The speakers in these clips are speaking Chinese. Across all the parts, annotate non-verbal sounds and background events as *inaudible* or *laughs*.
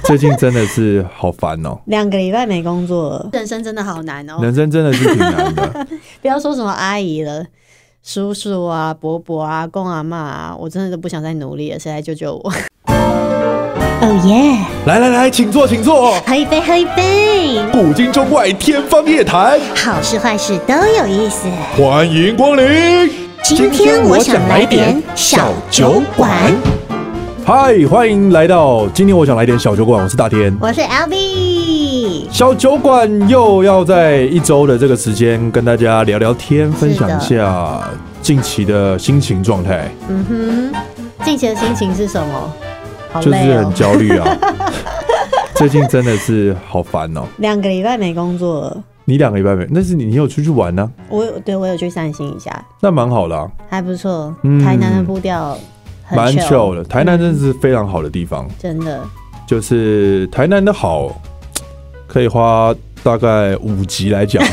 *laughs* 最近真的是好烦哦，两个礼拜没工作了，人生真的好难哦。人生真的是挺难的。 *laughs* 不要说什么阿姨了，叔叔啊、伯伯啊、公阿妈啊，我真的都不想再努力了，谁来救救 *laughs* 我？哦耶！来来来，请坐，请坐。喝一杯，喝一杯，古今中外，天方夜谭，好事坏事都有意思。欢迎光临。今天我想来点小酒馆。嗨，欢迎来到今天我想来点小酒馆，我是大天。我是 L B，小酒馆又要在一周的这个时间跟大家聊聊天，分享一下近期的心情状态，嗯哼，近期的心情是什么？好就是累很哦，焦虑 *laughs* 啊。最近真的是好烦哦！两个礼拜没工作了。你两个礼拜没，那是你你有出去玩呢、我有对我有去散心一下，那蛮好的、啊，还不错。嗯台南的步调很蛮 chill， chill 的。台南真的是非常好的地方，真的。就是台南的好，可以花大概五集来 *laughs* 讲。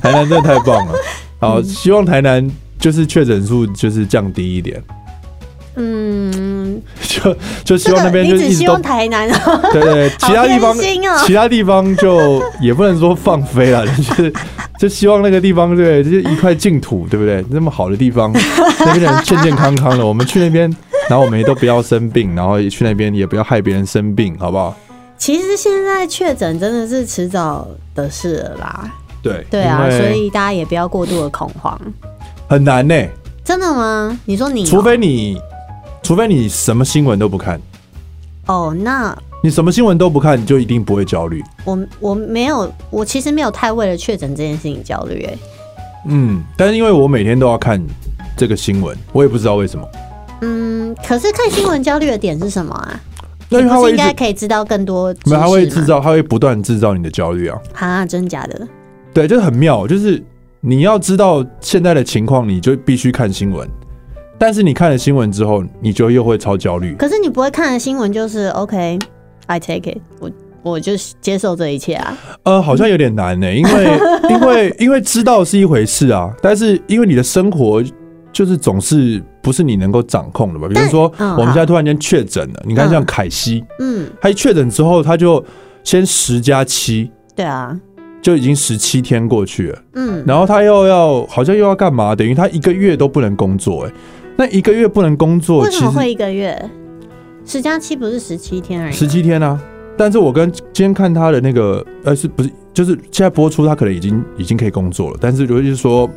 台南真的太棒了，好，希望台南就是确诊数就是降低一点，嗯，就就希这望那个边你就只一直希都望台南哦， *laughs* 对对，其他地方好偏心哦其他地方就也不能说放飞了， *laughs* 就是就希望那个地方对，就是一块净土，对不对？那么好的地方， *laughs* 那边的人健健康康的，我们去那边，然后我们也都不要生病，然后也去那边也不要害别人生病，好不好？ *laughs* 其实现在确诊真的是迟早的事了啦。对对啊，因为所以嗯大家也不要过度的恐慌。很难呢、真的吗？你说你哦、除非你，除非你什么新闻都不看，哦，那你什么新闻都不看，你就一定不会焦虑。我我没有，我其实没有太为了确诊这件事情焦虑、欸。嗯，但是因为我每天都要看这个新闻，我也不知道为什么，嗯，可是看新闻焦虑的点是什么啊？那因为你它不是会一应该直。可以知道更多知识没吗？有，它会制造，它会不断制造你的焦虑啊。啊，真假的？对，就是很妙，就是你要知道现在的情况，你就必须看新闻。但是你看了新闻之后，你就又会超焦虑。可是你不会看的新闻就是 OK，I、take it，我我就接受这一切啊。呃，好像有点难呢、因 *laughs* 为因为因为知道是一回事啊，但是因为你的生活就是总是不是你能够掌控的吧？比如但说，嗯我们现在突然间确诊了，你看像嗯凯西，嗯，他一确诊之后，他就先十加七，对啊，就已经十七天过去了。嗯，然后他又要好像又要干嘛？等于他一个月都不能工作、欸，那一个月不能工作，为其什么会实一个月？十加七不是十七天而已十吗？七天啊。但是我跟今天看他的那个，呃，是不是就是现在播出，他可能已经已经可以工作了，但是就是说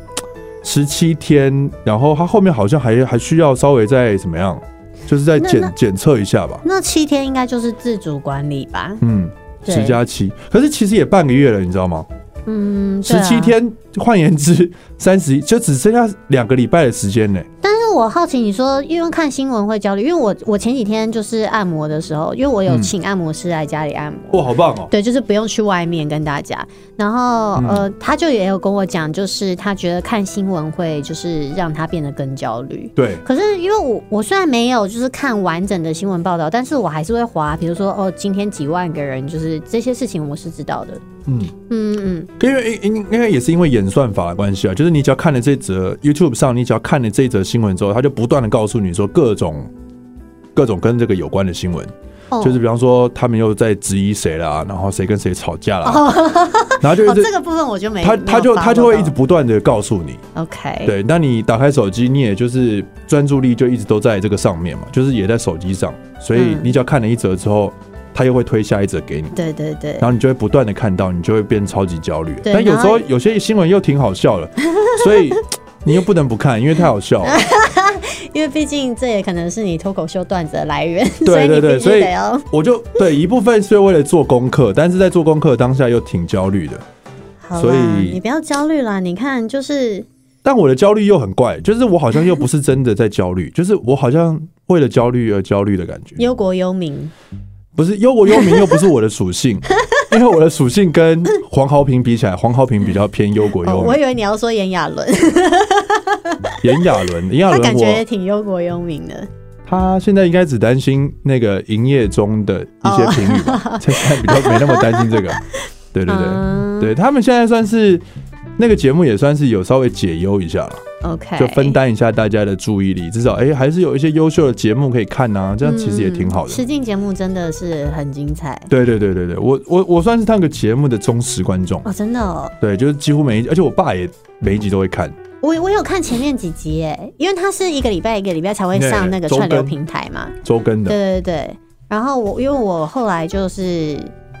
十七天，然后他后面好像还还需要稍微再怎么样，就是再那那检检测一下吧。那七天应该就是自主管理吧？嗯，对十加七，可是其实也半个月了，你知道吗？嗯，对十啊七。天，换言之，三十一就只剩下两个礼拜的时间呢、但是我好奇，你说因为看新闻会焦虑，因为我我前几天就是按摩的时候，因为我有嗯请按摩师来家里按摩。哇，好棒哦！对，就是不用去外面跟大家。然后、嗯呃，他就也有跟我讲，就是他觉得看新闻会就是让他变得更焦虑。对，可是因为我我虽然没有就是看完整的新闻报道，但是我还是会划，比如说哦，今天几万个人，就是这些事情我是知道的。嗯。嗯嗯，因为因因因为也是因为演算法的关系啊，就是你只要看了这则 YouTube 上，你只要看了这则新闻之后，它就不断的告诉你说各种各种跟这个有关的新闻，哦，就是比方说他们又在质疑谁啦，然后谁跟谁吵架啦， *laughs* 然后就哦一直、这个部分我就没，他没有哎他就 follow 他就会到一直不断的告诉你， OK，，对，那你打开手机，你也就是专注力就一直都在这个上面嘛，就是也在手机上，所以嗯你只要看了一则之后，他又会推下一则给你。对对对然，后你就会不断的看到，你就会变超级焦虑。对但有时候然有些新闻又挺好笑 *laughs* 的，所以你又不能不看，因为太好笑了。因为毕竟这也可能是你脱口秀段子的 *laughs* 来源，对对对，所所以以你必须得要我就对一部分是为了做功课，但是在做功课当下又挺焦虑的。好啦所以你不要焦虑啦，你看就是但我的焦虑又很怪，就是我好像又不是真的在焦虑， *laughs* 就是我好像为了焦虑而焦虑的感觉。忧国忧民，不是忧国忧民又不是我的属 *laughs* 性，因为我的属性跟黄豪平比起来，黄豪平比较偏忧国哦，忧我民。以为你要说炎 *laughs* 亚纶，炎亚纶，炎亚他纶感觉也我挺忧国忧民的。他现在应该只担心那个营业中的一哦些评语 *laughs* 吧，现在比较没那么担心这个。对对对，嗯对他们现在算是那个节目也算是有稍微解忧一下了。 OK，就分担一下大家的注意力，至少哎、还是有一些优秀的节目可以看呐、这样其实也挺好的。嗯实境节目真的是很精彩对对对对对，我我我算是那个节目的忠实观众，哦，真的、哦，对，就是几乎每一集，而且我爸也每一集都会看，我我有看前面几集哎，因为它是一个礼拜一个礼拜才会上那个对串流周更平台嘛，周更的对对对。然后我因为我后来就是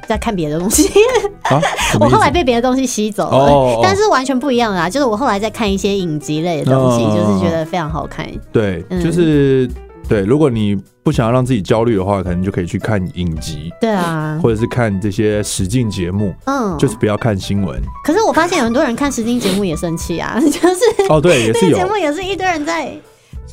在看别的东西， *laughs* 啊。什么我意后思来被别的东西吸走了，哦哦但是完全不一样啦。就是我后来在看一些影集类的东西，嗯嗯嗯就是觉得非常好看。对，嗯就是、对，如果你不想要让自己焦虑的话，可能就可以去看影集，对啊，或者是看这些实境节目，嗯，就是不要看新闻。可是我发现有很多人看实境节目也生气啊， *laughs* 就是哦，对，也那是个有节。目也是一堆人在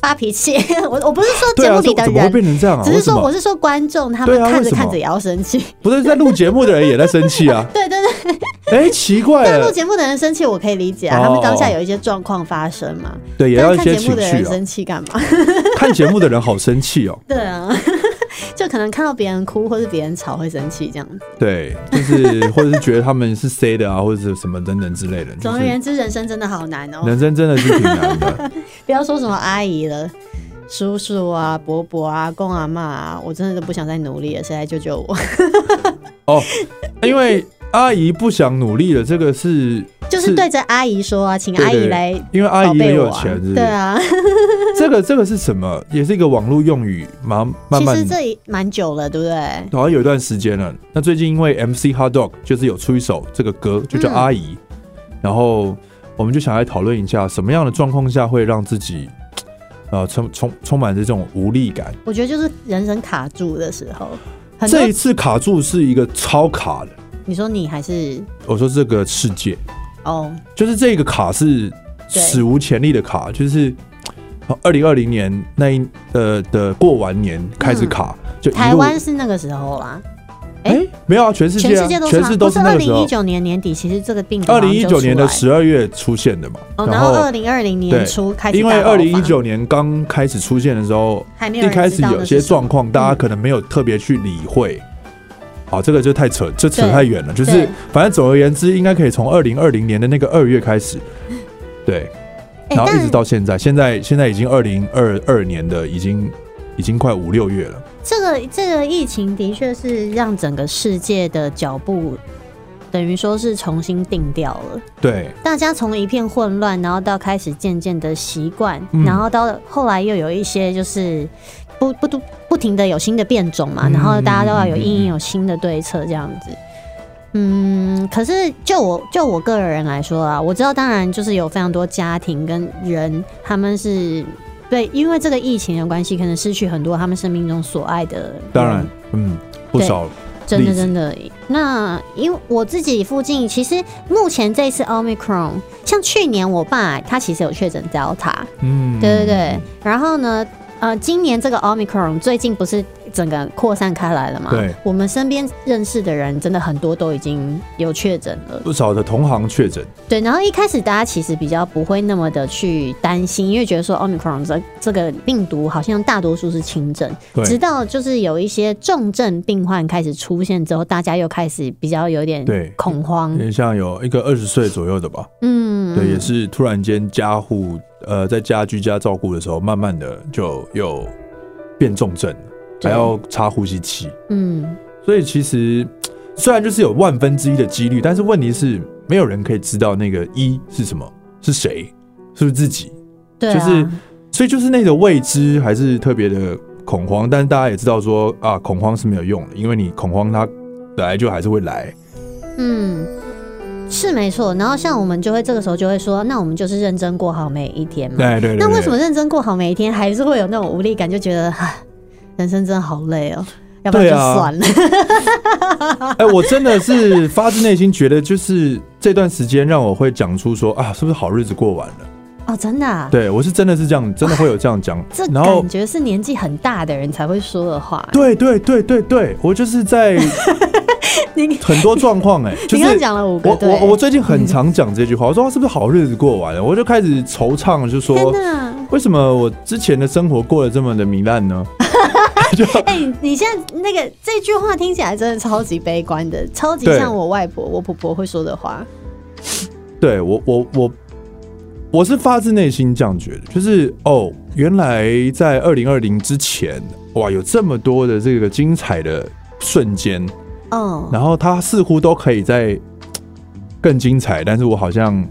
发脾气。 *laughs* 我我不是说对节啊，目这里的怎么会人。变成这样啊？只是为什说，我么？是说观众他们对啊看为着什么看着也要生气。！不是在录节目的人也在生气啊 *laughs* 对对对，哎，奇怪但录了，节目的人生气我可以理解啊，哦他们当下有一些状况发生嘛。对，也但要是一看些节目情的绪人啊。生气干嘛？ *laughs* 看节目的人好生气哦。对啊， *laughs* 就可能看到别人哭或是别人吵会生气这样子。对，就是 *laughs* 或者是觉得他们是 C 的啊，或者是什么等等之类的。就总而是言之，人生真的好难哦、人生真的是挺难 *laughs* 的。不要说什么阿姨了。叔叔啊，伯伯啊，公阿妈啊，我真的都不想再努力了，谁来救救我？ *laughs* 哦，因为阿姨不想努力了，这个是就是对着阿姨说啊，请对阿姨对来因为阿宝姨很贝我有啊。钱，是不对是？啊，这个这个是什么？也是一个网络用语，慢慢其慢实这也蛮久了，对不对？好像有一段时间了。那最近因为 MC Hot Dog 就是有出一首这个歌，就叫嗯《阿姨》，然后我们就想来讨论一下，什么样的状况下会让自己呃充充充满着这种无力感。我觉得就是人生卡住的时候，很多这一次卡住是一个超卡的，你说你还是我说这个世界哦，就是这个卡是对史无前例的卡，就是呃二零二零年那一呃的过完年开始卡，就一路嗯台湾是那个时候啦，哎、诶没有啊，全世全界、世啊、界都全啊世界不都是是二那个时零一候。九年年底，其实这个病毒二零一好像就九年的出来十二月出现的嘛，哦，然后二零二零年对初开始因大为爆发，二零一九年刚开始出现的时候，还没有一人开知始道有那些是什么状况大家可能没有特别去理会。好，这个就太扯，这扯对太远了。就是对反正总而言之，应该可以从二零二零年的那个二月开始，对，哎然后一直但到现在，现在现在已经二零二二年的已经已经快五六月了。这个这个疫情的确是让整个世界的脚步等于说是重新定调了。对，大家从一片混乱，然后到开始渐渐的习惯，嗯然后到后来又有一些就是不不不不停的有新的变种嘛，嗯然后大家都要有嗯嗯阴影，嗯有新的对策这样子。嗯，可是就我就我个人来说啊，我知道当然就是有非常多家庭跟人，他们是对因为这个疫情的关系，可能失去很多他们生命中所爱的人。当然，嗯，不对少，真例的子真的，那因为我自己附近，其实目前这次 Omicron，像去年我爸他其实有确诊 Delta，嗯，对对对，然后呢，呃，今年这个 Omicron 最近不是整个扩散开来了嘛？对，我们身边认识的人真的很多都已经有确诊了。不少的同行确诊，对，然后一开始大家其实比较不会那么的去担心，因为觉得说 Omicron 这这个病毒好像大多数是轻症，对直到就是有一些重症病患开始出现之后，大家又开始比较有点对恐慌因，为像有一个二十岁左右的吧，嗯，对，也是突然间家户呃在家居家照顾的时候，慢慢的就又变重症了，还对要插呼吸器。嗯，所以其实虽然就是有万分之一的几率，但是问题是没有人可以知道那个一是什么，是谁，是不是自己。对啊，就是所以就是那个未知还是特别的恐慌，但是大家也知道说啊，恐慌是没有用的，因为你恐慌它本来就还是会来。嗯。是没错，然后像我们就会这个时候就会说，那我们就是认真过好每一天嘛。哎对对对嗯那为什对么认真过好每一天，还是会有那种无力感，就觉得啊，人生真的好累哦，要不然对就啊算了。 *laughs* 哎、我真的是发自内心觉得，就是这段时间让我会讲出说啊，是不是好日子过完了？哦，真的、啊，对我是真的是这样，真的会有这样讲这。然后感，觉是年纪很大的人才会说的话。对对对对对，我就是在 *laughs* 你很多状况哎，就你刚刚是讲了五个我对，我我最近很常讲这句话，我说、啊、是不是好日子过完了？我就开始惆怅，就天说哪！为什么我之前的生活过得这么的糜烂呢？ *laughs* 就哎、你现在那个这句话听起来真的超级悲观的，超级对像我外婆、我婆婆会说的话。对我我我我是发自内心这样觉得，就是哦，原来在二零二零之前，哇，有这么多的这个精彩的瞬间，嗯，然后它似乎都可以在更精彩，但是我好像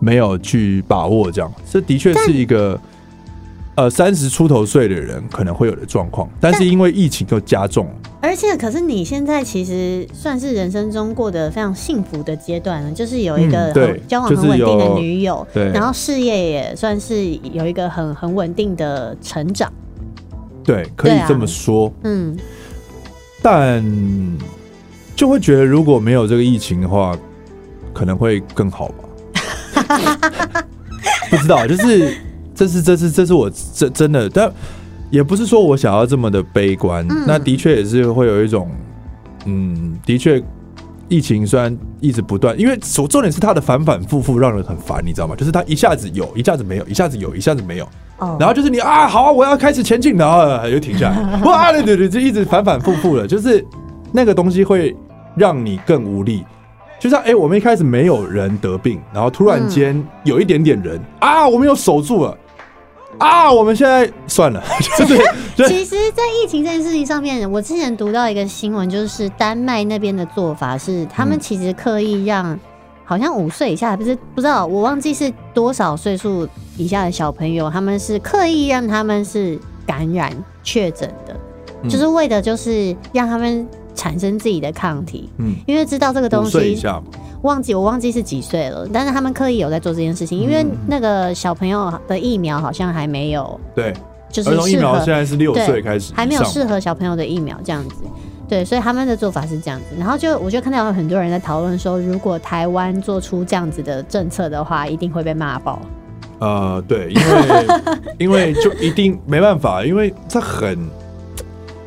没有去把握这样。这的确是一个呃三十出头岁的人可能会有的状况，但是因为疫情又加重了。而且，可是你现在其实算是人生中过得非常幸福的阶段了，就是有一个嗯对很交往就是很稳定的有女友，对然后事业也算是有一个很很稳定的成长。对，可以对啊这么说，嗯，但就会觉得如果没有这个疫情的话，可能会更好吧。 *laughs* 不知道，就是这是这是这是我真真的，但也不是说我想要这么的悲观。嗯那的确也是会有一种，嗯，的确，疫情虽然一直不断，因为重重点是它的反反复复让人很烦，你知道吗？就是它一下子有，一下子没有，一下子有，一下子没有。哦，然后就是你啊，好啊，我要开始前进，然后呃又停下来，哇，对对对，就一直反反复复的，就是那个东西会让你更无力。就像哎、诶我们一开始没有人得病，然后突然间有一点点人、啊，我们又守住了啊，我们现在算了，就是就是 *laughs* 其实，在疫情这件事情上面，我之前读到一个新闻，就是丹麦那边的做法是，他们嗯其实刻意让好像五岁以下，不是不知道我忘记是多少岁数以下的小朋友，他们是刻意让他们是感染确诊的，嗯就是为的就是让他们产生自己的抗体，嗯，因为知道这个五 *laughs* 东岁以西下嘛，忘记我忘记是几岁了，但是他们刻意有在做这件事情，因为嗯那个小朋友的疫苗好像还没有，对，就是儿童疫适苗合现在是六对岁开始以上，还没有适合小朋友的疫苗这样子。对，所以他们的做法是这样子，然后就我就看到有很多人在讨论说，如果台湾做出这样子的政策的话，一定会被骂爆。呃，对，因 *laughs* 为因为就一定没办法，因为这很，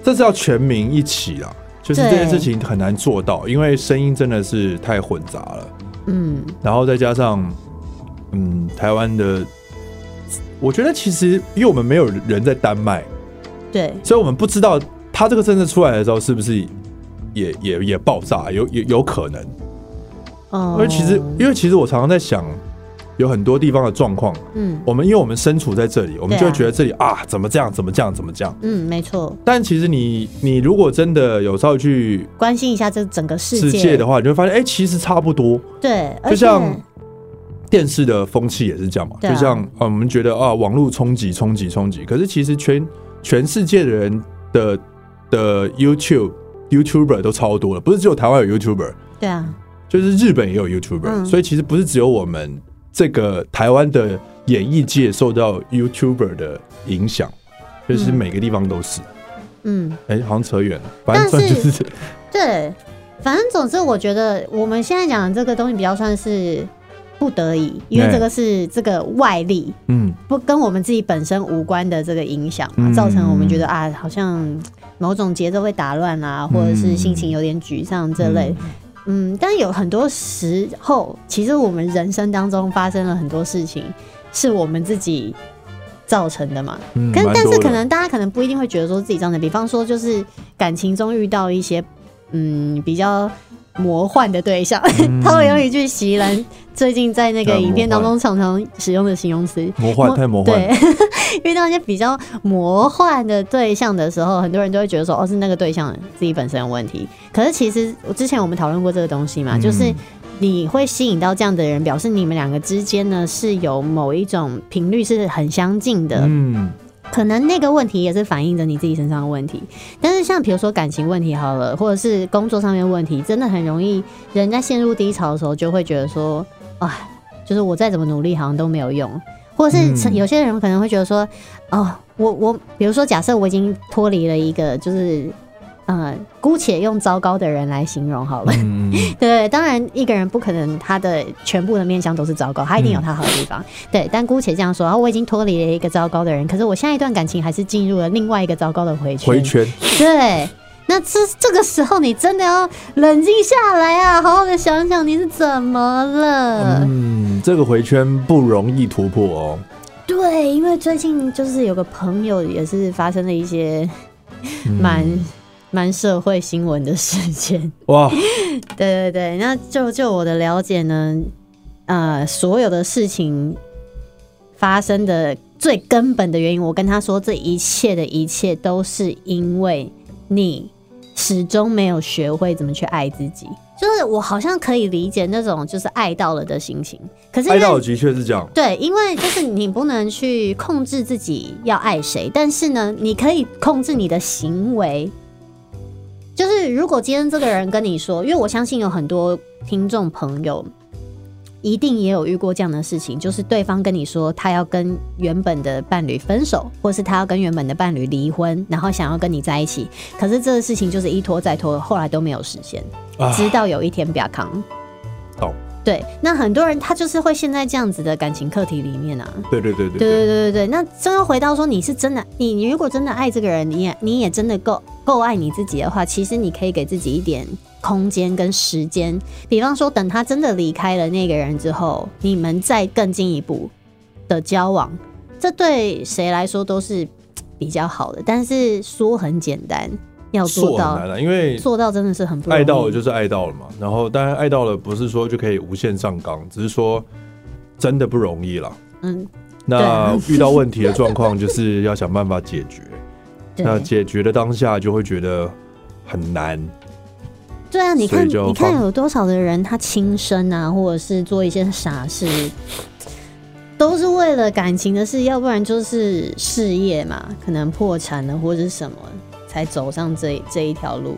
这是要全民一起啊，就是这件对事情很难做到，因为声音真的是太混杂了，嗯，然后再加上，嗯，台湾的，我觉得其实因为我们没有人在丹麦，对，所以我们不知道他这个政策出来的时候是不是也也也爆炸，有有有可能，哦因为其实因为其实我常常在想，有很多地方的状况。嗯我们因为我们身处在这里，我们对啊就会觉得这里啊怎么这样，怎么这样，怎么这样。嗯，没错，但其实你你如果真的有稍微去关心一下这整个世世界，界的话，你就会发现，哎、其实差不多。对，而就且像电视的风气也是这样嘛，对啊就像啊，我们觉得啊，网络冲击、冲击、冲击，可是其实全全世界的人的的 YouTube YouTuber 都超多了，不是只有台湾有 YouTuber，对啊，就是日本也有 YouTuber，、嗯所以其实不是只有我们这个台湾的演艺界受到 YouTuber 的影响，就是嗯每个地方都是。嗯，哎、好像扯远了，反正但是就是对，反正总之，我觉得我们现在讲的这个东西比较算是不得已，因为对这个是这个外力，嗯，不跟我们自己本身无关的这个影响嘛，嗯造成我们觉得啊，好像某种节奏被打乱嗯啊，或者是心情有点沮丧这类。嗯但有很多时候，其实我们人生当中发生了很多事情，是我们自己造成的嘛。嗯，可是蛮但多是的可能大家可能不一定会觉得说自己这样的，比方说就是感情中遇到一些嗯比较魔幻的对象， *laughs* 他会用一句席兰最近在那个呃影片嗯魔当幻中常常使用的形容词，魔幻魔太魔幻对了，， *laughs* 遇到一些比较魔幻的对象的时候，很多人都会觉得说，哦，是那个对象自己本身有问题。可是其实之前我们讨论过这个东西嘛，嗯就是你会吸引到这样的人，表示你们两个之间呢是有某一种频率是很相近的。嗯，可能那个问题也是反映着你自己身上的问题，但是像比如说感情问题好了，或者是工作上面问题，真的很容易人在陷入低潮的时候就会觉得说，啊，就是我再怎么努力好像都没有用，或者是嗯有些人可能会觉得说，哦，我我比如说假设我已经脱离了一个就是，呃，姑且用糟糕的人来形容好了， *laughs* 嗯，嗯对，当然一个人不可能他的全部的面相都是糟糕，他一定有他好的地嗯方。对，但姑且这样说，啊，我已经脱离了一个糟糕的人，可是我下一段感情还是进入了另外一个糟糕的回圈。回圈，对。那这这个时候，你真的要冷静下来啊，好好的想想你是怎么了。嗯，这个回圈不容易突破哦。对，因为最近就是有个朋友也是发生了一些嗯蛮蛮、社会新闻的事件。哇，对对对，那就就我的了解呢，呃，所有的事情发生的最根本的原因，我跟他说，这一切的一切都是因为你始终没有学会怎么去爱自己。就是我好像可以理解那种就是爱到了的心情，可是因爱为到的的确是这样，对，因为就是你不能去控制自己要爱谁，但是呢，你可以控制你的行为。就是如果今天这个人跟你说，因为我相信有很多听众朋友一定也有遇过这样的事情，就是对方跟你说他要跟原本的伴侣分手，或是他要跟原本的伴侣离婚，然后想要跟你在一起，可是这个事情就是一拖再拖，后来都没有实现。啊，直到有一天不要扛。懂对，那很多人他就是会陷在这样子的感情课题里面啊。对对对对对对对对对，那真要回到说你是真的，你你如果真的爱这个人，你也你也真的够够爱你自己的话，其实你可以给自己一点空间跟时间。比方说，等他真的离开了那个人之后，你们再更进一步的交往，这对谁来说都是嘖比较好的。但是说很简单，要做做很到难啊的，因为做到真的是很不容易。爱到了就是爱到了嘛。然后当然爱到了不是说就可以无限上纲，只是说真的不容易啦。嗯，那遇到问题的状况就是要想办法解决。对。那解决的当下就会觉得很难，对啊，你所以看，就你看放有多少的人他轻生啊，或者是做一些傻事，都是为了感情的事，要不然就是事业嘛，可能破产了或者是什么，才走上这这一条路。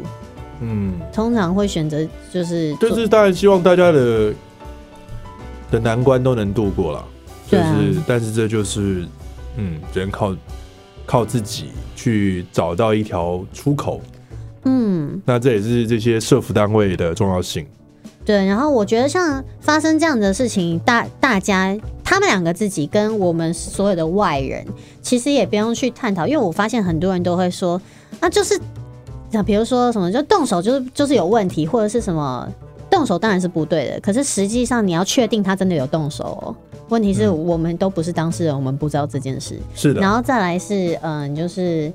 嗯。通常会选择就是但做是当然希望大家的的难关都能度过啦。就对是，啊但是这就是，嗯，只能靠靠自己去找到一条出口。嗯，那这也是这些社服单位的重要性。对，然后我觉得像发生这样的事情，大大家他们两个自己跟我们所有的外人，其实也不用去探讨，因为我发现很多人都会说，啊，就是那比如说什么，就动手就是就是有问题，或者是什么动手当然是不对的，可是实际上你要确定他真的有动手哦。问题是我们都不是当事人，我们不知道这件事。是的，然后再来是，嗯，就是，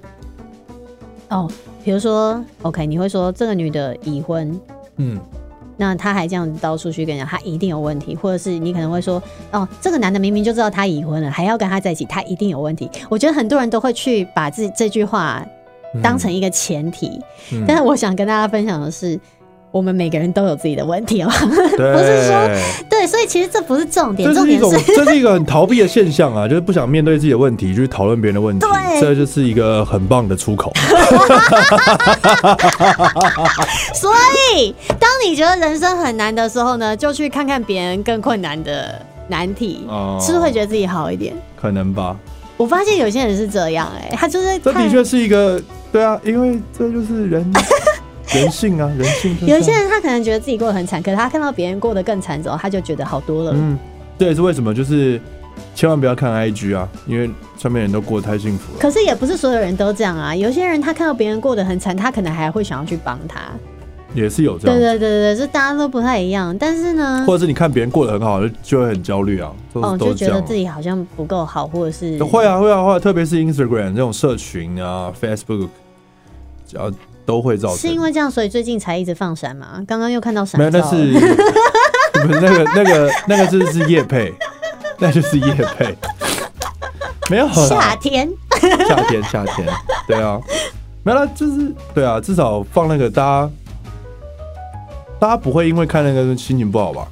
哦，比如说，OK，你会说这个女的已婚，嗯，那他还这样到处去跟人家，他一定有问题，或者是你可能会说，哦，这个男的明明就知道他已婚了，还要跟他在一起，他一定有问题。我觉得很多人都会去把这这句话当成一个前提，嗯，但是我想跟大家分享的是，我们每个人都有自己的问题哦。对，不是 *laughs* 对，所以其实这不是重点，这重是一点种是， *laughs* 这是一个很逃避的现象啊，就是不想面对自己的问题，就是讨论别人的问题，对这就是一个很棒的出 *laughs* 口。所以当你觉得人生很难的时候呢，就去看看别人更困难的难题，哦是不是会觉得自己好一点？可能吧，我发现有些人是这样、哎，他就是这的看确是一个对啊，因为这就是 *laughs* 人人性啊，人性就是这样。有一些人他可能觉得自己过得很惨，可是他看到别人过得更惨之后，他就觉得好多了。嗯，这也是为什么就是千万不要看 IG 啊，因为上面人都过得太幸福了。可是也不是所有人都这样啊，有些人他看到别人过得很惨，他可能还会想要去帮他。也是有这对样，对对对，这大家都不太一样。但是呢，或者是你看别人过得很好，就就会很焦虑啊，都是哦，都就是觉这样得啊。自己好像不够好，或者是会啊会啊会啊，特别是 Instagram 这种社群啊，Facebook，只要都会造成。是因为这样，所以最近才一直放闪嘛。刚刚又看到闪没有，照那了，是不是那个那个那个是是叶配，那就是叶配，没有啦夏天。夏天，夏天，对啊，没了，就是对啊，至少放那个大家，大家不会因为看那个心情不好吧？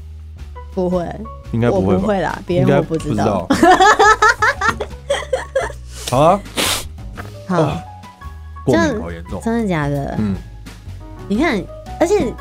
不会，应该我不会不吧？会啦，别应人该我不知知道。。 *laughs* 好啊，好，过这样敏好严重。真的假的？嗯，你看，而且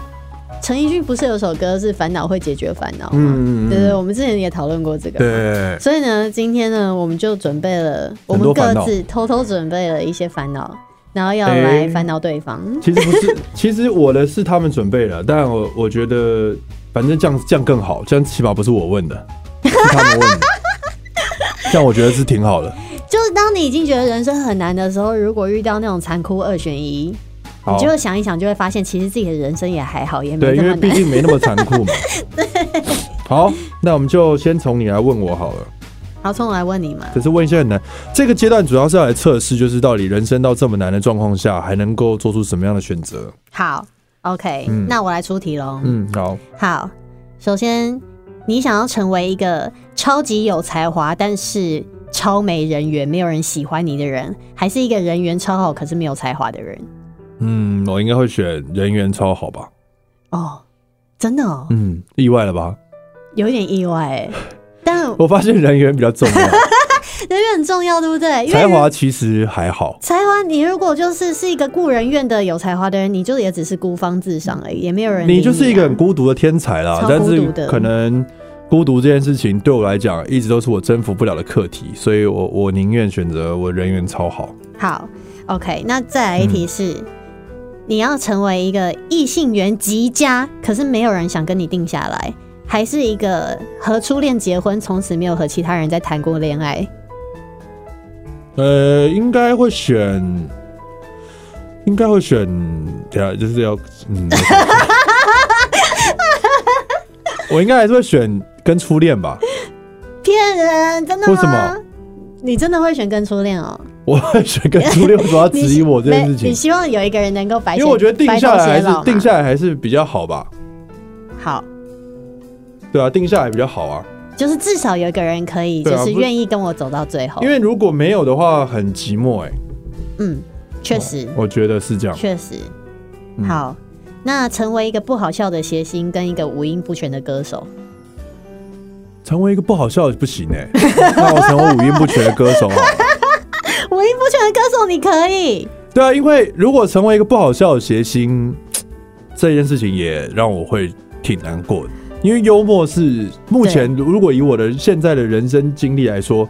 陈奕迅不是有首歌是“烦恼会解决烦恼”吗？嗯，对对，我们之前也讨论过这个。。对，所以呢，今天呢，我们就准备了，我们多各烦恼自偷偷准备了一些烦恼，然后要哎来烦恼对方。其实不是， *laughs* 其实我的是他们准备的，但我我觉得反正这样这样更好，这样起码不是我问的，是他们问 *laughs* 的，这样我觉得是挺好的。就是当你已经觉得人生很难的时候，如果遇到那种残酷二选一，好你就会想一想，就会发现其实自己的人生也还好，也对，没这因么为毕难。竟没那么残 *laughs* 酷嘛。好，那我们就先从你来问我好了。好，从我来问你嘛，只是问一些很难，这个阶段主要是要来测试，就是到底人生到这么难的状况下，还能够做出什么样的选择？好，OK，、嗯那我来出题喽。嗯，好，好，首先你想要成为一个超级有才华，但是超没人缘，没有人喜欢你的人，还是一个人缘超好可是没有才华的人？嗯，我应该会选人缘超好吧？哦，真的哦，嗯，意外了吧？有一点意外 *laughs* 哎，但我发现人缘比较重要，人缘很重要，对不对？因为才华其实还好。才华，你如果就是是一个故人院的有才华的人，你就也只是孤芳自赏而已，也没有人理你就是一个啊很孤独的天才啦超，但孤是独的可能孤独这件事情对我来讲一直都是我征服不了的课题，所以我我宁愿选择我人缘超好。好，OK，那再来嗯一题是，你要成为一个异性缘极佳，可是没有人想跟你定下来，还是一个和初恋结婚，从此没有和其他人再谈过恋爱？呃，应该会选，应该会选，对啊，就是要，嗯， *laughs* 我想一下我应该还是会选跟初恋吧，骗人，真的吗？为什么？你真的会选跟初恋哦？我会选跟初恋，为什么要质疑我这件事没你情？希望有一个人能够白因头，为我觉得定下来还白头偕老是嘛定下来还是比较好吧，好，对啊，定下来比较好啊，就是至少有一个人可以，对就啊是不愿意跟我走到最后。因为如果没有的话很寂寞哎、嗯，确实，我觉得是这样。确实，嗯好。那成为一个不好笑的谐星，跟一个五音不全的歌手， *laughs* 成为一个不好笑的不行哎、 *laughs* 那我成为五音不全的歌手啊好了。五音不全的歌手你可以，对啊，因为如果成为一个不好笑的谐星，这件事情也让我会挺难过的。因为幽默是目前如果以我的现在的人生经历来说，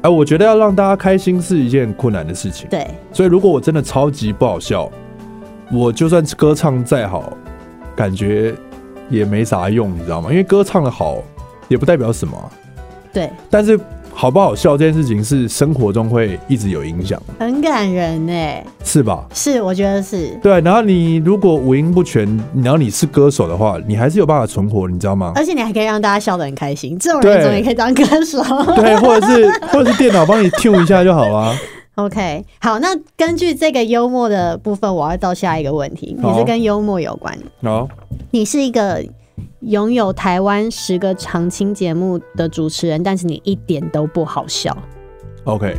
哎，我觉得要让大家开心是一件很困难的事情。对，所以如果我真的超级不好笑，我就算歌唱再好，感觉也没啥用，你知道吗？因为歌唱的好也不代表什么啊，对，但是好不好笑这件事情是生活中会一直有影响的，很感人哎，是吧？是，我觉得是，对，啊然后你如果五音不全，然后你是歌手的话，你还是有办法存活，你知道 *laughs* 吗？而且你还可以让大家笑得很开心，这种人对怎么也可以当歌手 *laughs* 对，或者是或者是电脑帮你 tune 一下就好啊啦。 ？OK，好，那根据这个幽默的部分，我要到下一个问题，也好是跟幽默有关。好，你是一个拥有台湾十个常青节目的主持人，但是你一点都不好笑。 OK，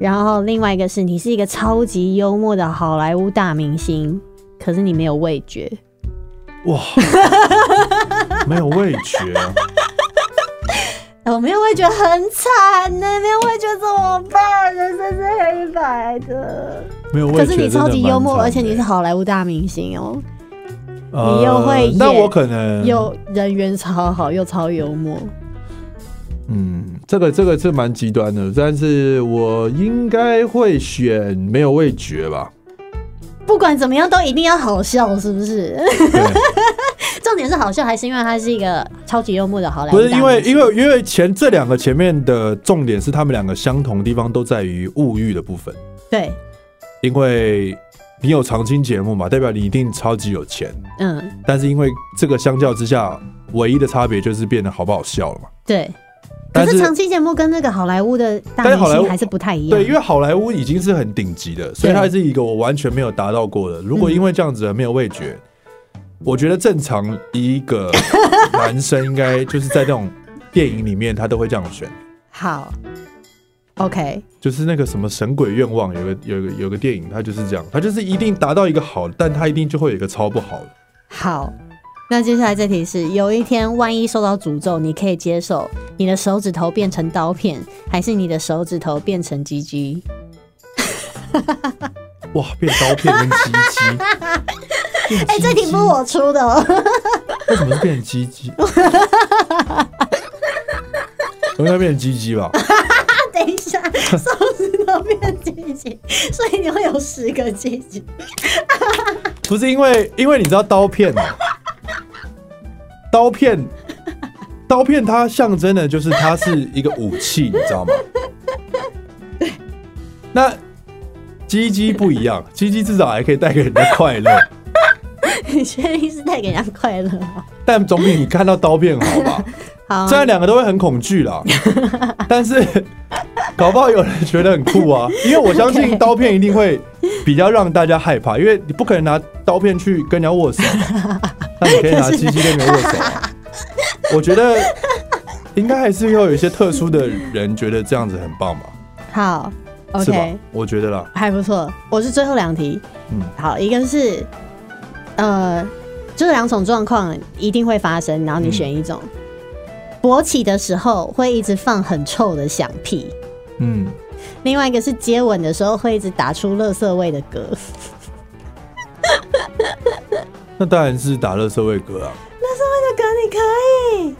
然后另外一个是你是一个超级幽默的好莱坞大明星，可是你没有味觉。 *laughs* 哇，没有味觉啊。我哦没有味觉很惨呢、没有味觉怎么办？人生是黑白的。没有味可觉，是你超级幽默，而且你是好，好莱坞大明星哦，呃又会演那我可能又人缘超好，又超幽默。嗯，这个这个是蛮极端的，但是我应该会选没有味觉 *laughs* 吧。不管怎么样，都一定要好笑，是不是？ *laughs* 对，重点是好笑，还是因为他是一个超级幽默的好莱坞不大是明星？因为因为因为前这两个前面的重点是他们两个相同的地方都在于物欲的部分，对，因为你有常青节目嘛，代表你一定超级有钱，嗯，但是因为这个相较之下，唯一的差别就是变得好不好笑了嘛。对。可但是是长期节目跟那个好莱坞的大但是好明莱坞星还是不太一样。对，因为好莱坞已经是很顶级的，所以对嗯它是一个我完全没有达到过的。如果因为这样子而没有味觉，我觉得正常一 *laughs* 个男生应该就是在那种电影里面，他都会这样选。好，OK，就是那个什么《神鬼愿望》，有个有个有个电影，它就是这样，它就是一定达到一个好，但它一定就会有一个超不好的。好。那接下来这题是：有一天万一受到诅咒，你可以接受你的手指头变成刀片，还是你的手指头变成鸡鸡？哇，变刀片跟鸡鸡，变 *laughs* 哎、鸡这题不是我出的、哦， *laughs* 鸡为什么是变鸡鸡？应该变鸡鸡吧？等一下，手指头变鸡鸡，所以你会有十个鸡鸡。不是因为，因为你知道刀片啊，刀片，刀片它象征的就是它是一个武器，你知道吗？那鸡鸡不一样，鸡鸡至少还可以带给人家快乐， *laughs* 你确定是带给人家快乐吗？但总比你看到刀片好吧？好虽，然两个都会很恐惧啦，但是搞不好有人觉得很酷啊，因为我相信刀片一定会比较让大家害怕，因为你不可能拿刀片去跟人家握手嘛，那你可以拿鸡鸡跟人家握手啊。我觉得应该还是要有一些特殊的人觉得这样子很棒吧好是吧，OK，？我觉得啦，还不错。我是最后两题，嗯好，一个是呃，这两种状况一定会发生，然后你嗯选一种。勃起的时候会一直放很臭的响屁，嗯，另外一个是接吻的时候会一直打出垃圾味的嗝。那当然是打乐社会歌啊，这个你可以，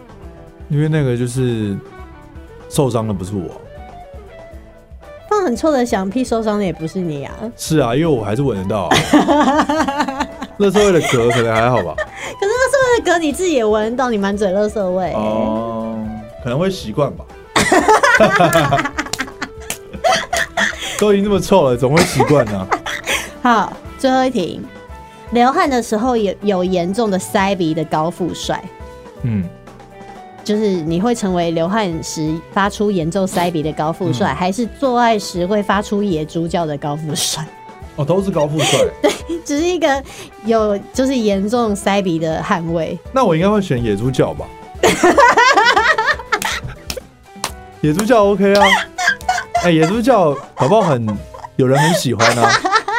因为那个就是受伤的不是我，放很臭的响屁，受伤的也不是你啊。是啊，因为我还是闻得到、啊。乐社会的歌可能还好吧，可是垃圾味的嗝你自己也闻到，你满嘴垃圾味、哦、可能会习惯吧。 *laughs* 都已经这么臭了，总会习惯的啊。好，最后一题，流汗的时候也有严重的塞鼻的高富帅，嗯，就是你会成为流汗时发出严重塞鼻的高富嗯帅，还是做爱时会发出野猪叫的高富帅？ *laughs* 哦，都是高富帅。只是一个有就是严重塞鼻的汗味。那我应该会选野猪叫吧？ *laughs* 野猪叫 OK 啊，哎、野猪叫搞不好很有人很喜欢啊，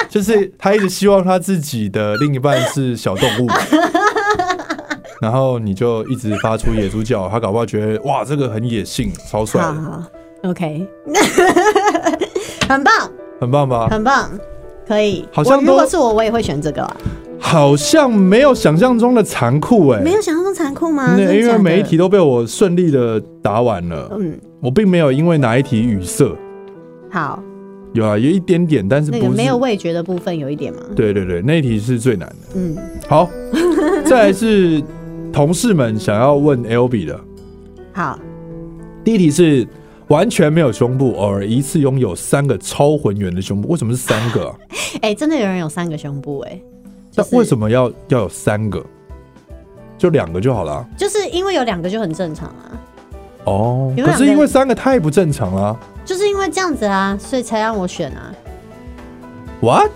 就是他一直希望他自己的另一半是小动物，然后你就一直发出野猪叫，他搞不好觉得哇这个很野性，超帅好的，好，OK，很棒，很棒吧？很棒。可以，好像我都如果是我，我也会选这个、啊。好像没有想象中的残酷哎、没有想象中残酷吗？那真的因假为的每一题，都被我顺利的答完了，嗯，我并没有因为哪一题语塞。好，有啊，有一点点，但是不那是个没有味觉的部分有一点吗？对对对，那一题是最难的。嗯， *laughs* 好，再来是同事们想要问 L B 的好，第一题是完全没有胸部，偶尔一次拥有三个超浑圆的胸部，为什么是三个、 *sighs* 啊？哎、真的有人有三个胸部哎、那为什么？么要要有三个？就两个就好了啊。就是因为有两个就很正常啊，哦，有可两个是因为三个太不正常啦、就是因为这样子啊，所以才让我选啊。 What？哦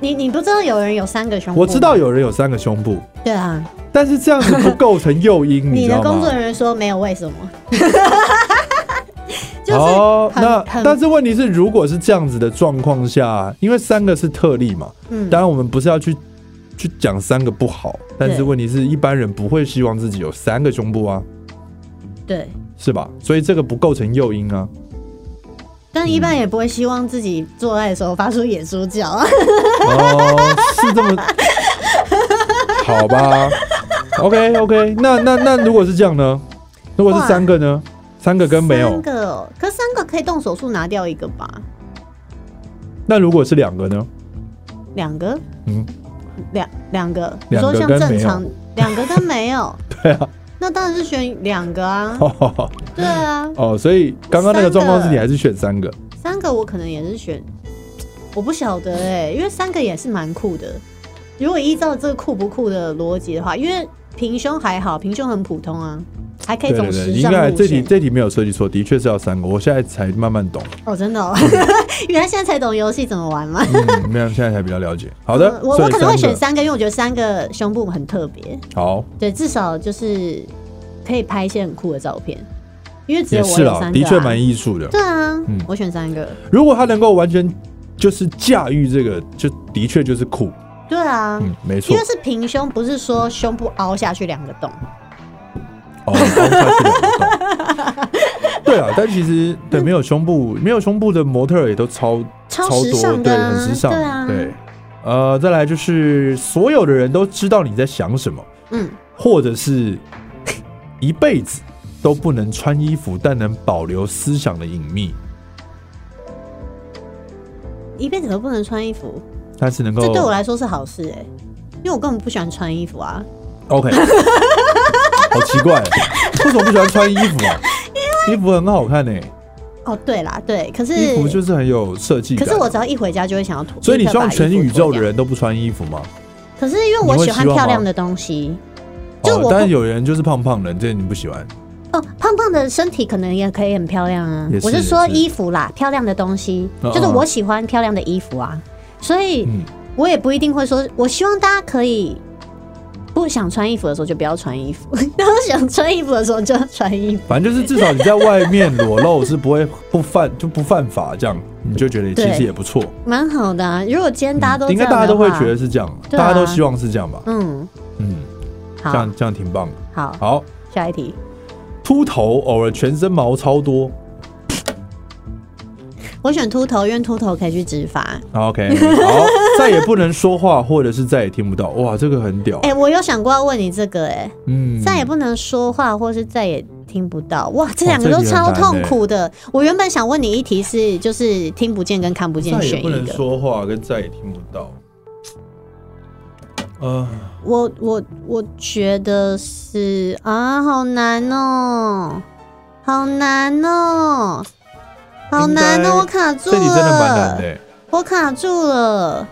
你你不知道有人有三个胸部？我知道。有人有三个胸部，对啊，但是这样子不构成诱因， *laughs* 你知的道工吗作？人员说没有为什么， *laughs* 就是哦，很那很但是问题是，如果是这样子的状况下，因为三个是特例嘛，嗯当然我们不是要去去讲三个不好，但是对问题是一般人不会希望自己有三个胸部啊，对，是吧？所以这个不构成诱因 *laughs* 啊。但一般也不会希望自己做爱的时候发出野猪叫啊。嗯哦，是这 *laughs* 么好吧？OK OK，那那那如果是这样呢？如果是三个呢？三个跟没有三，个哦，可是三个可以动手术拿掉一个吧？那如果是两个呢？两个？嗯， *laughs* 两两个？你两个说像跟正没有常两个跟没有？ *laughs* 对啊，。那当然是选两个啊哦，对啊，所以刚刚那个状况是三你个还是选三个？三个我可能也是选，我不晓得哎、因为三个也是蛮酷的。如果依照这个酷不酷的逻辑的话，因为平胸还好，平胸很普通啊，还可以对走对对，时应尚该路线。这题这题没有设计错，的确是要三个，我现在才慢慢 *laughs* 懂，哦，真的哦， *laughs* 原来现在才懂游戏怎么玩吗？呃嗯，没有现在才比较了解。好的，我所我以可能会选个三个，因为我觉得三个胸部很特别，好，对，至少就是可以拍一些很酷的照片，因为只也有我是有啦，三个、啊，的确蛮艺术的。对啊，嗯我选三个，如果他能够完全就是驾驭这个，就的确就是酷，对啊，嗯，没因错为。是平胸，不是说胸部凹下去两个洞。哦，刚下去了我懂对啊，但其实对没有胸部没有胸部的模特儿也都超超时多，尚的对，啊很时尚对啊，对。呃，再来就是所有的人都知道你在想什么。嗯，或者是一辈子都不能穿衣服，但能保留思想的隐秘，一辈子都不能穿衣服，但是能够这对我来说是好事哎、因为我根本不喜欢穿衣服啊。 *laughs* OK，好奇怪，为什么不喜欢穿衣服啊？衣服很好看呢、欸哦，对啦，对，可是衣服就是很有设计可感。是我只要一回家就会想要脱，啊所以你希望立刻把全衣服宇宙脱的掉，人都不穿衣服吗？可是因为我喜欢漂亮的东西，就我哦不、，但是有人就是胖胖的，这你不喜欢。哦，胖胖的身体可能也可以很漂亮啊也。是我是说也是衣服啦，漂亮的东西，嗯就是我喜欢漂亮的衣服啊，所以嗯，我也不一定会说，我希望大家可以。不想穿衣服的时候就不要穿衣服， *laughs* 然后想穿衣服的时候就要穿衣服。反正就是至少你在外面裸露是不会不犯就不犯法，这样你就觉得其实对也不错。蛮好的、啊，如果今天大家都、这嗯应该样大家的都会话觉得，是这样，对大家都啊希望是这样吧？嗯，嗯，这好样这样挺棒的。好好，下一题，秃头偶尔全身毛超多我选秃头，因为秃头可以去植发。好，OK，好， *laughs* 再也不能说话，或者是再也听不到。哇，这个很屌哎、。我有想过要问你这个、哎，嗯，再也不能说话，或是再也听不到。哇，这两个哦这都题超很难痛欸苦的。我原本想问你一题是，就是听不见跟看不见再也选不一能个。说话，跟再也听不到。呃，我我我觉得是啊，好难哦、好难哦、好难应哦、该我卡住这了。题真的蛮难的欸。我卡住了，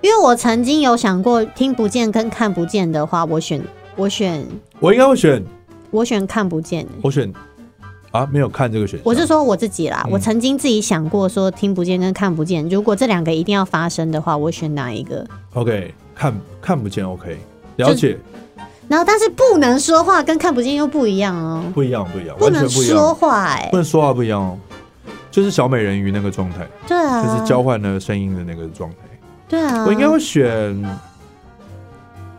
因为我曾经有想过听不见跟看不见的话，我选我选我应该会选，我选看不见、我选啊，没有看这个选项。我是说我自己啦，嗯我曾经自己想过说听不见跟看不见，如果这两个一定要发生的话，我选哪一个？ OK，看看不见 OK，了解，然后但是不能说话跟看不见又不一样哦，不一样不一样，不完全能不一说样，话哎、不能说话不一样哦，就是小美人鱼那个状态，对就啊，是交换了声音的那个状态。对啊，我应该会选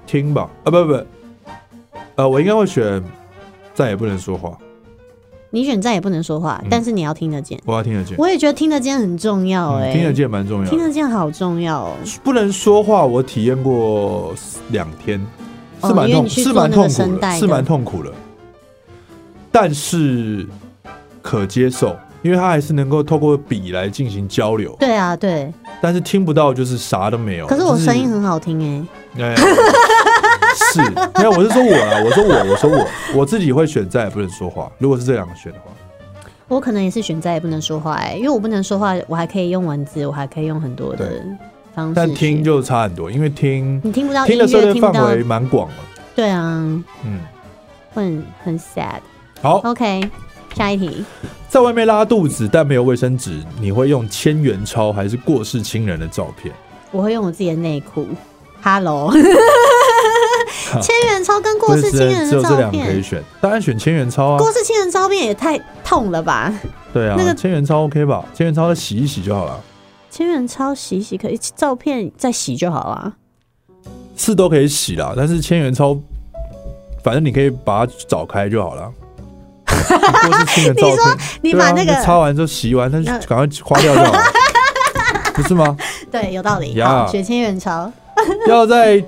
听吧，啊不不，呃，我应该会选再也不能说话，你选再也不能说话，嗯但是你要听得见。我要听得见，我也觉得听得见很重要嗯哎、听得见蛮重要听的。得见好重要哦、不能说话，我体验过两天，哦是蛮因为痛，你去是做蛮那个痛苦声带的，的是蛮痛苦的，但是可接受，因为他还是能够透过笔来进行交流，对啊，对。但是听不到就是啥都没有。可是我哦就是声音很好听哎，哎、*laughs* 是，没有，我是说我啦，我说我，我说我，我自己会选再也不能说话。如果是这两个选的话，我可能也是选再也不能说话哎、因为我不能说话，我还可以用文字，我还可以用很多的对方式去。但听就差很多，因为听你听不到音听的乐，涉猎听不范到围蛮广的。对啊，嗯，会很很 sad。好， OK，下一题，在外面拉肚子但没有卫生纸，你会用千元钞还是过世亲人的照片？我会用我自己的内裤。Hello，千元钞跟过世亲人只的有这照两个可以片，选，当然选千元钞啊过。世亲人照片也太痛了吧？对啊，那个千元钞 OK 吧？千元钞再洗一洗就好了，千元钞洗一洗可以，照片再洗就好啊。是都可以洗啦，但是千元钞，反正你可以把它找开就好 *laughs* 了。过世亲人照你片。你对把那个啊、擦完之后洗完，它就那赶快花掉就好了， *laughs* 不是吗？对，有道理。呀好，选千元钞。要在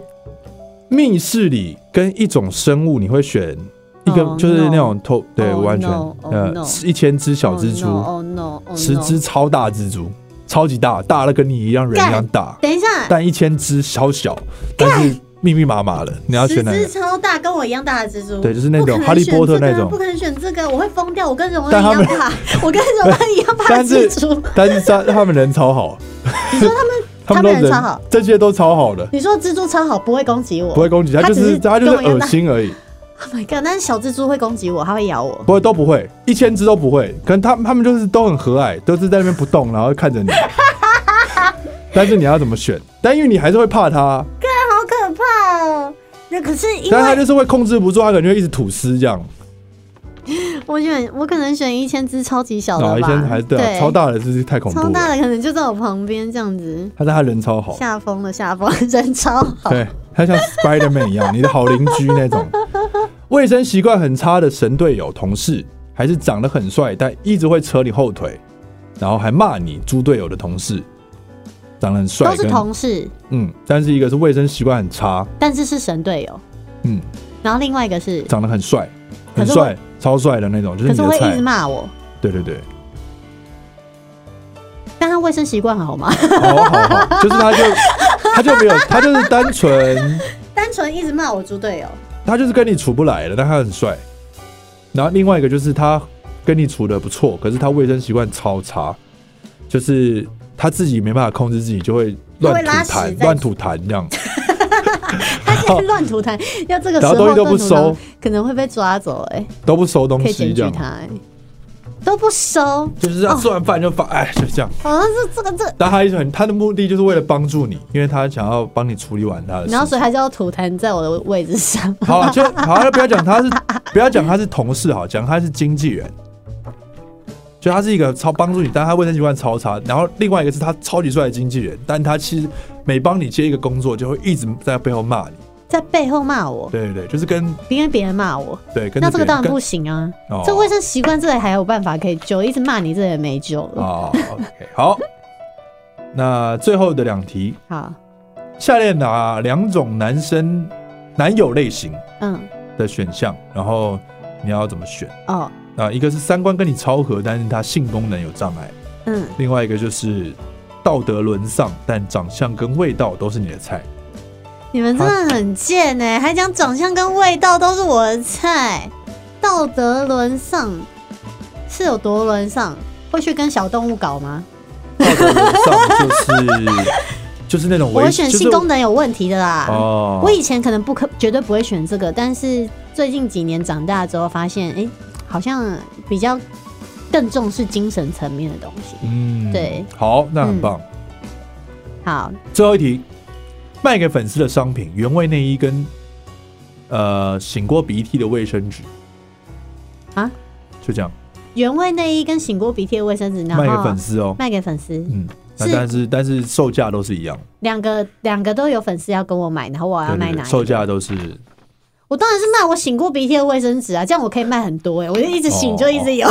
密室里跟一种生物，你会选一个 Oh, 就是那种透对 Oh, 完全 no. Oh, 呃 no. 一千只小蜘蛛，哦 no，哦十只。超大蜘蛛，超级大，大的跟你一样人一样大，等一下，但一千只小小，但是密密麻麻的，你要十选哪一只个？超大，跟我一样大的蜘蛛。对，就是那不可种能哈利选波特这个那啊种不，可能选这个，我会疯掉。我跟荣恩但一他样们怕， *laughs* 我跟荣恩一样怕但是蜘蛛。但是他他们人超好，你说 *laughs* 他们他们人都超好，这些都超好的，你说蜘蛛超好，不会攻击我。不会攻击他，他就只是是他就跟是我一样恶大心而已。 Oh my god！但是小蜘蛛会攻击我，它会咬我。不会都不会，一千只都不会。可能他他们就是都很和蔼，都是在那边不动，然后看 *laughs* 着你。但是你要怎么选？但因为你还是会怕它，好可怕哦！那可是因但它为就是会控制不住，它可能就会一直吐丝这样。我选，我可能选一千只超级小的然后吧。一千还是对啊，超，大的就是太恐怖超大了。的可能就在我旁边这样子。但是他人超好，下风的下风，人超好。对，他像 Spider Man 一样，你的好邻居那 *laughs* 种。卫生习惯很差的神队友、同事，还是长得很帅但一直会扯你后腿，然后还骂你猪队友的同事，长得很帅，都是跟同事，嗯，但是一个是卫生习惯很差，但是是神队友。嗯，然后另外一个是，长得很帅，可很是帅，超帅的那种，就是可你是的会一直菜。骂我。对对对，但他卫生习惯好吗？ *laughs* 哦好好好，就是他就他就没有，他就是单纯，单纯一直骂我 *laughs* 猪队友，他就是跟你处不来了，但他很帅。然后另外一个就是他跟你处的不错，可是他卫生习惯超差，就是他自己没办法控制自己，就会乱就会拉吐痰，屎在乱吐痰这样。他现在乱吐痰，要这个时然候后东西都乱不吐痰收，可能会被抓走、欸，哎，都不收东可以西这检举样。他、欸。都不收。就是要吃完饭就哦放，哎，就这样。好像是这个这个，但他一直很，他的目的就是为了帮助你，因为他想要帮你处理完他的事然后情。所以还是要吐痰在我的位置上。 *laughs* *laughs* 好了，就好了，不要讲他是，不要讲他是同事，好，讲他是经纪人。就他是一个超帮助你，但他卫生习惯超差。然后另外一个是他超级帅的经纪人，但他其实每帮你接一个工作，就会一直在背后骂你。在背后骂我，对对对，就是跟因为别人骂我，对跟那着这别个人当然跟不行啊。哦这卫生习惯这个还有办法可以救，一直骂你这也没救了。哦，OK，好。那最后的两题，好，下列哪两种男生男友类型嗯，的选项？然后你要怎么选？哦，啊，一个是三观跟你超合，但是他性功能有障碍；嗯，另外一个就是道德沦丧，但长相跟味道都是你的 *laughs* 菜。你们真的很贱呢、欸还讲长相跟味道都是我的菜，道德沦丧是有多沦丧？会去跟小动物搞吗？道德沦丧就是就是那种我危会选就是性功能有问题的啦。哦我以前可能不可绝对不会选这个，但是最近几年长大之后发现，哎、好像比较更重视精神层面的东西。嗯对，好，那很棒。嗯好，最后一题，卖给粉丝的商品：原味内衣跟呃擤过鼻涕的卫生纸。啊，就这样原味内衣跟醒过鼻涕的卫生纸，然后卖给粉丝哦。卖给粉丝，嗯，那是但是但是售价都是一样，两个两个都有粉丝要跟我买，然后我对要对买对，哪一售个？价都是我当然是卖我醒过鼻涕的卫生纸啊，这样我可以卖很多哎、我就一直哦醒就一直有，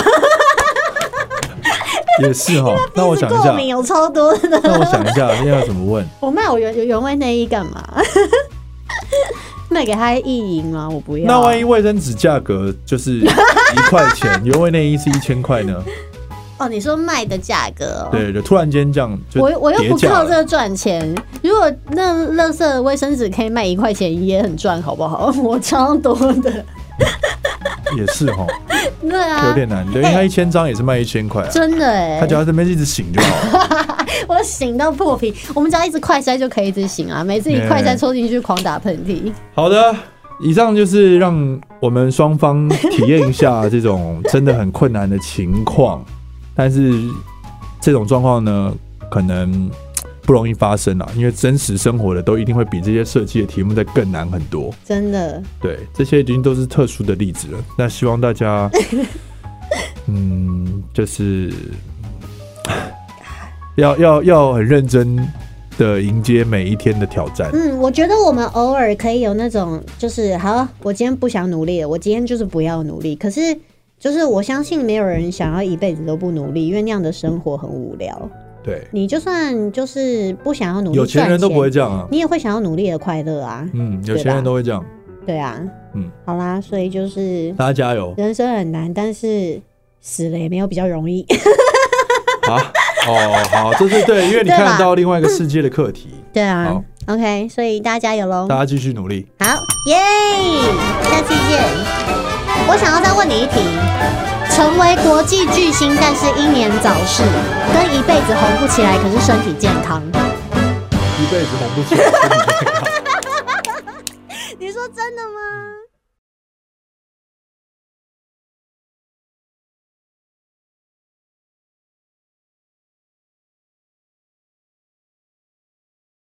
也是 *laughs* 哈。那我一直想一过敏下，有超多的。那我想一下，那要怎么问？我卖我原原味内衣干嘛？ *laughs* 卖给他意淫吗？我不要。啊那万一卫生纸价格就是一块钱，原味内衣是一千块 *laughs* 呢？哦，你说卖的价格、哦？对对，突然间这样就我我又叠不价靠这了个赚钱，如果那垃圾的卫生纸可以卖一块钱，也很赚，好不好？ *laughs* 我超多的，也是哈，对 *laughs* 啊有，点难，对，因为它一千张也是卖一千块啊，真的哎、他只要这边一直醒就好了。我醒到破皮，我们只要一直快塞就可以一直醒啊，每次一快塞抽进去狂打喷嚏，好的，以上就是让我们双方体验一下这种真的很困难的情况， *laughs* 但是这种状况呢，可能不容易发生啊，因为真实生活的都一定会比这些设计的题目在更难很多。真的对，这些已经都是特殊的例子了。那希望大 *laughs* 家，嗯，就是 *laughs* 要要要很认真的迎接每一天的挑战。嗯，我觉得我们偶尔可以有那种，就是好，我今天不想努力了，我今天就是不要努力。可是，就是我相信没有人想要一辈子都不努力，因为那样的生活很无聊。对，你就算就是不想要努力，有钱人都不会，这样啊。你也会想要努力的快乐啊。嗯，有对钱人吧都会这样。对啊，嗯，好啦，所以就是大家加油 *laughs* 人生很难，但是死了也没有比较容易。 *laughs* 啊！哦，好，这是对，因为你对吧看到另外一个世界的课题，对啊，OK，所以大家有喽。大家继续努 *laughs* 力。好，耶！下次见。我想要再问你一题：成为国际巨星，但是英年早逝，跟一辈子红不起来，可是身体健康，一辈子红不起来，身体健康。你说真的吗？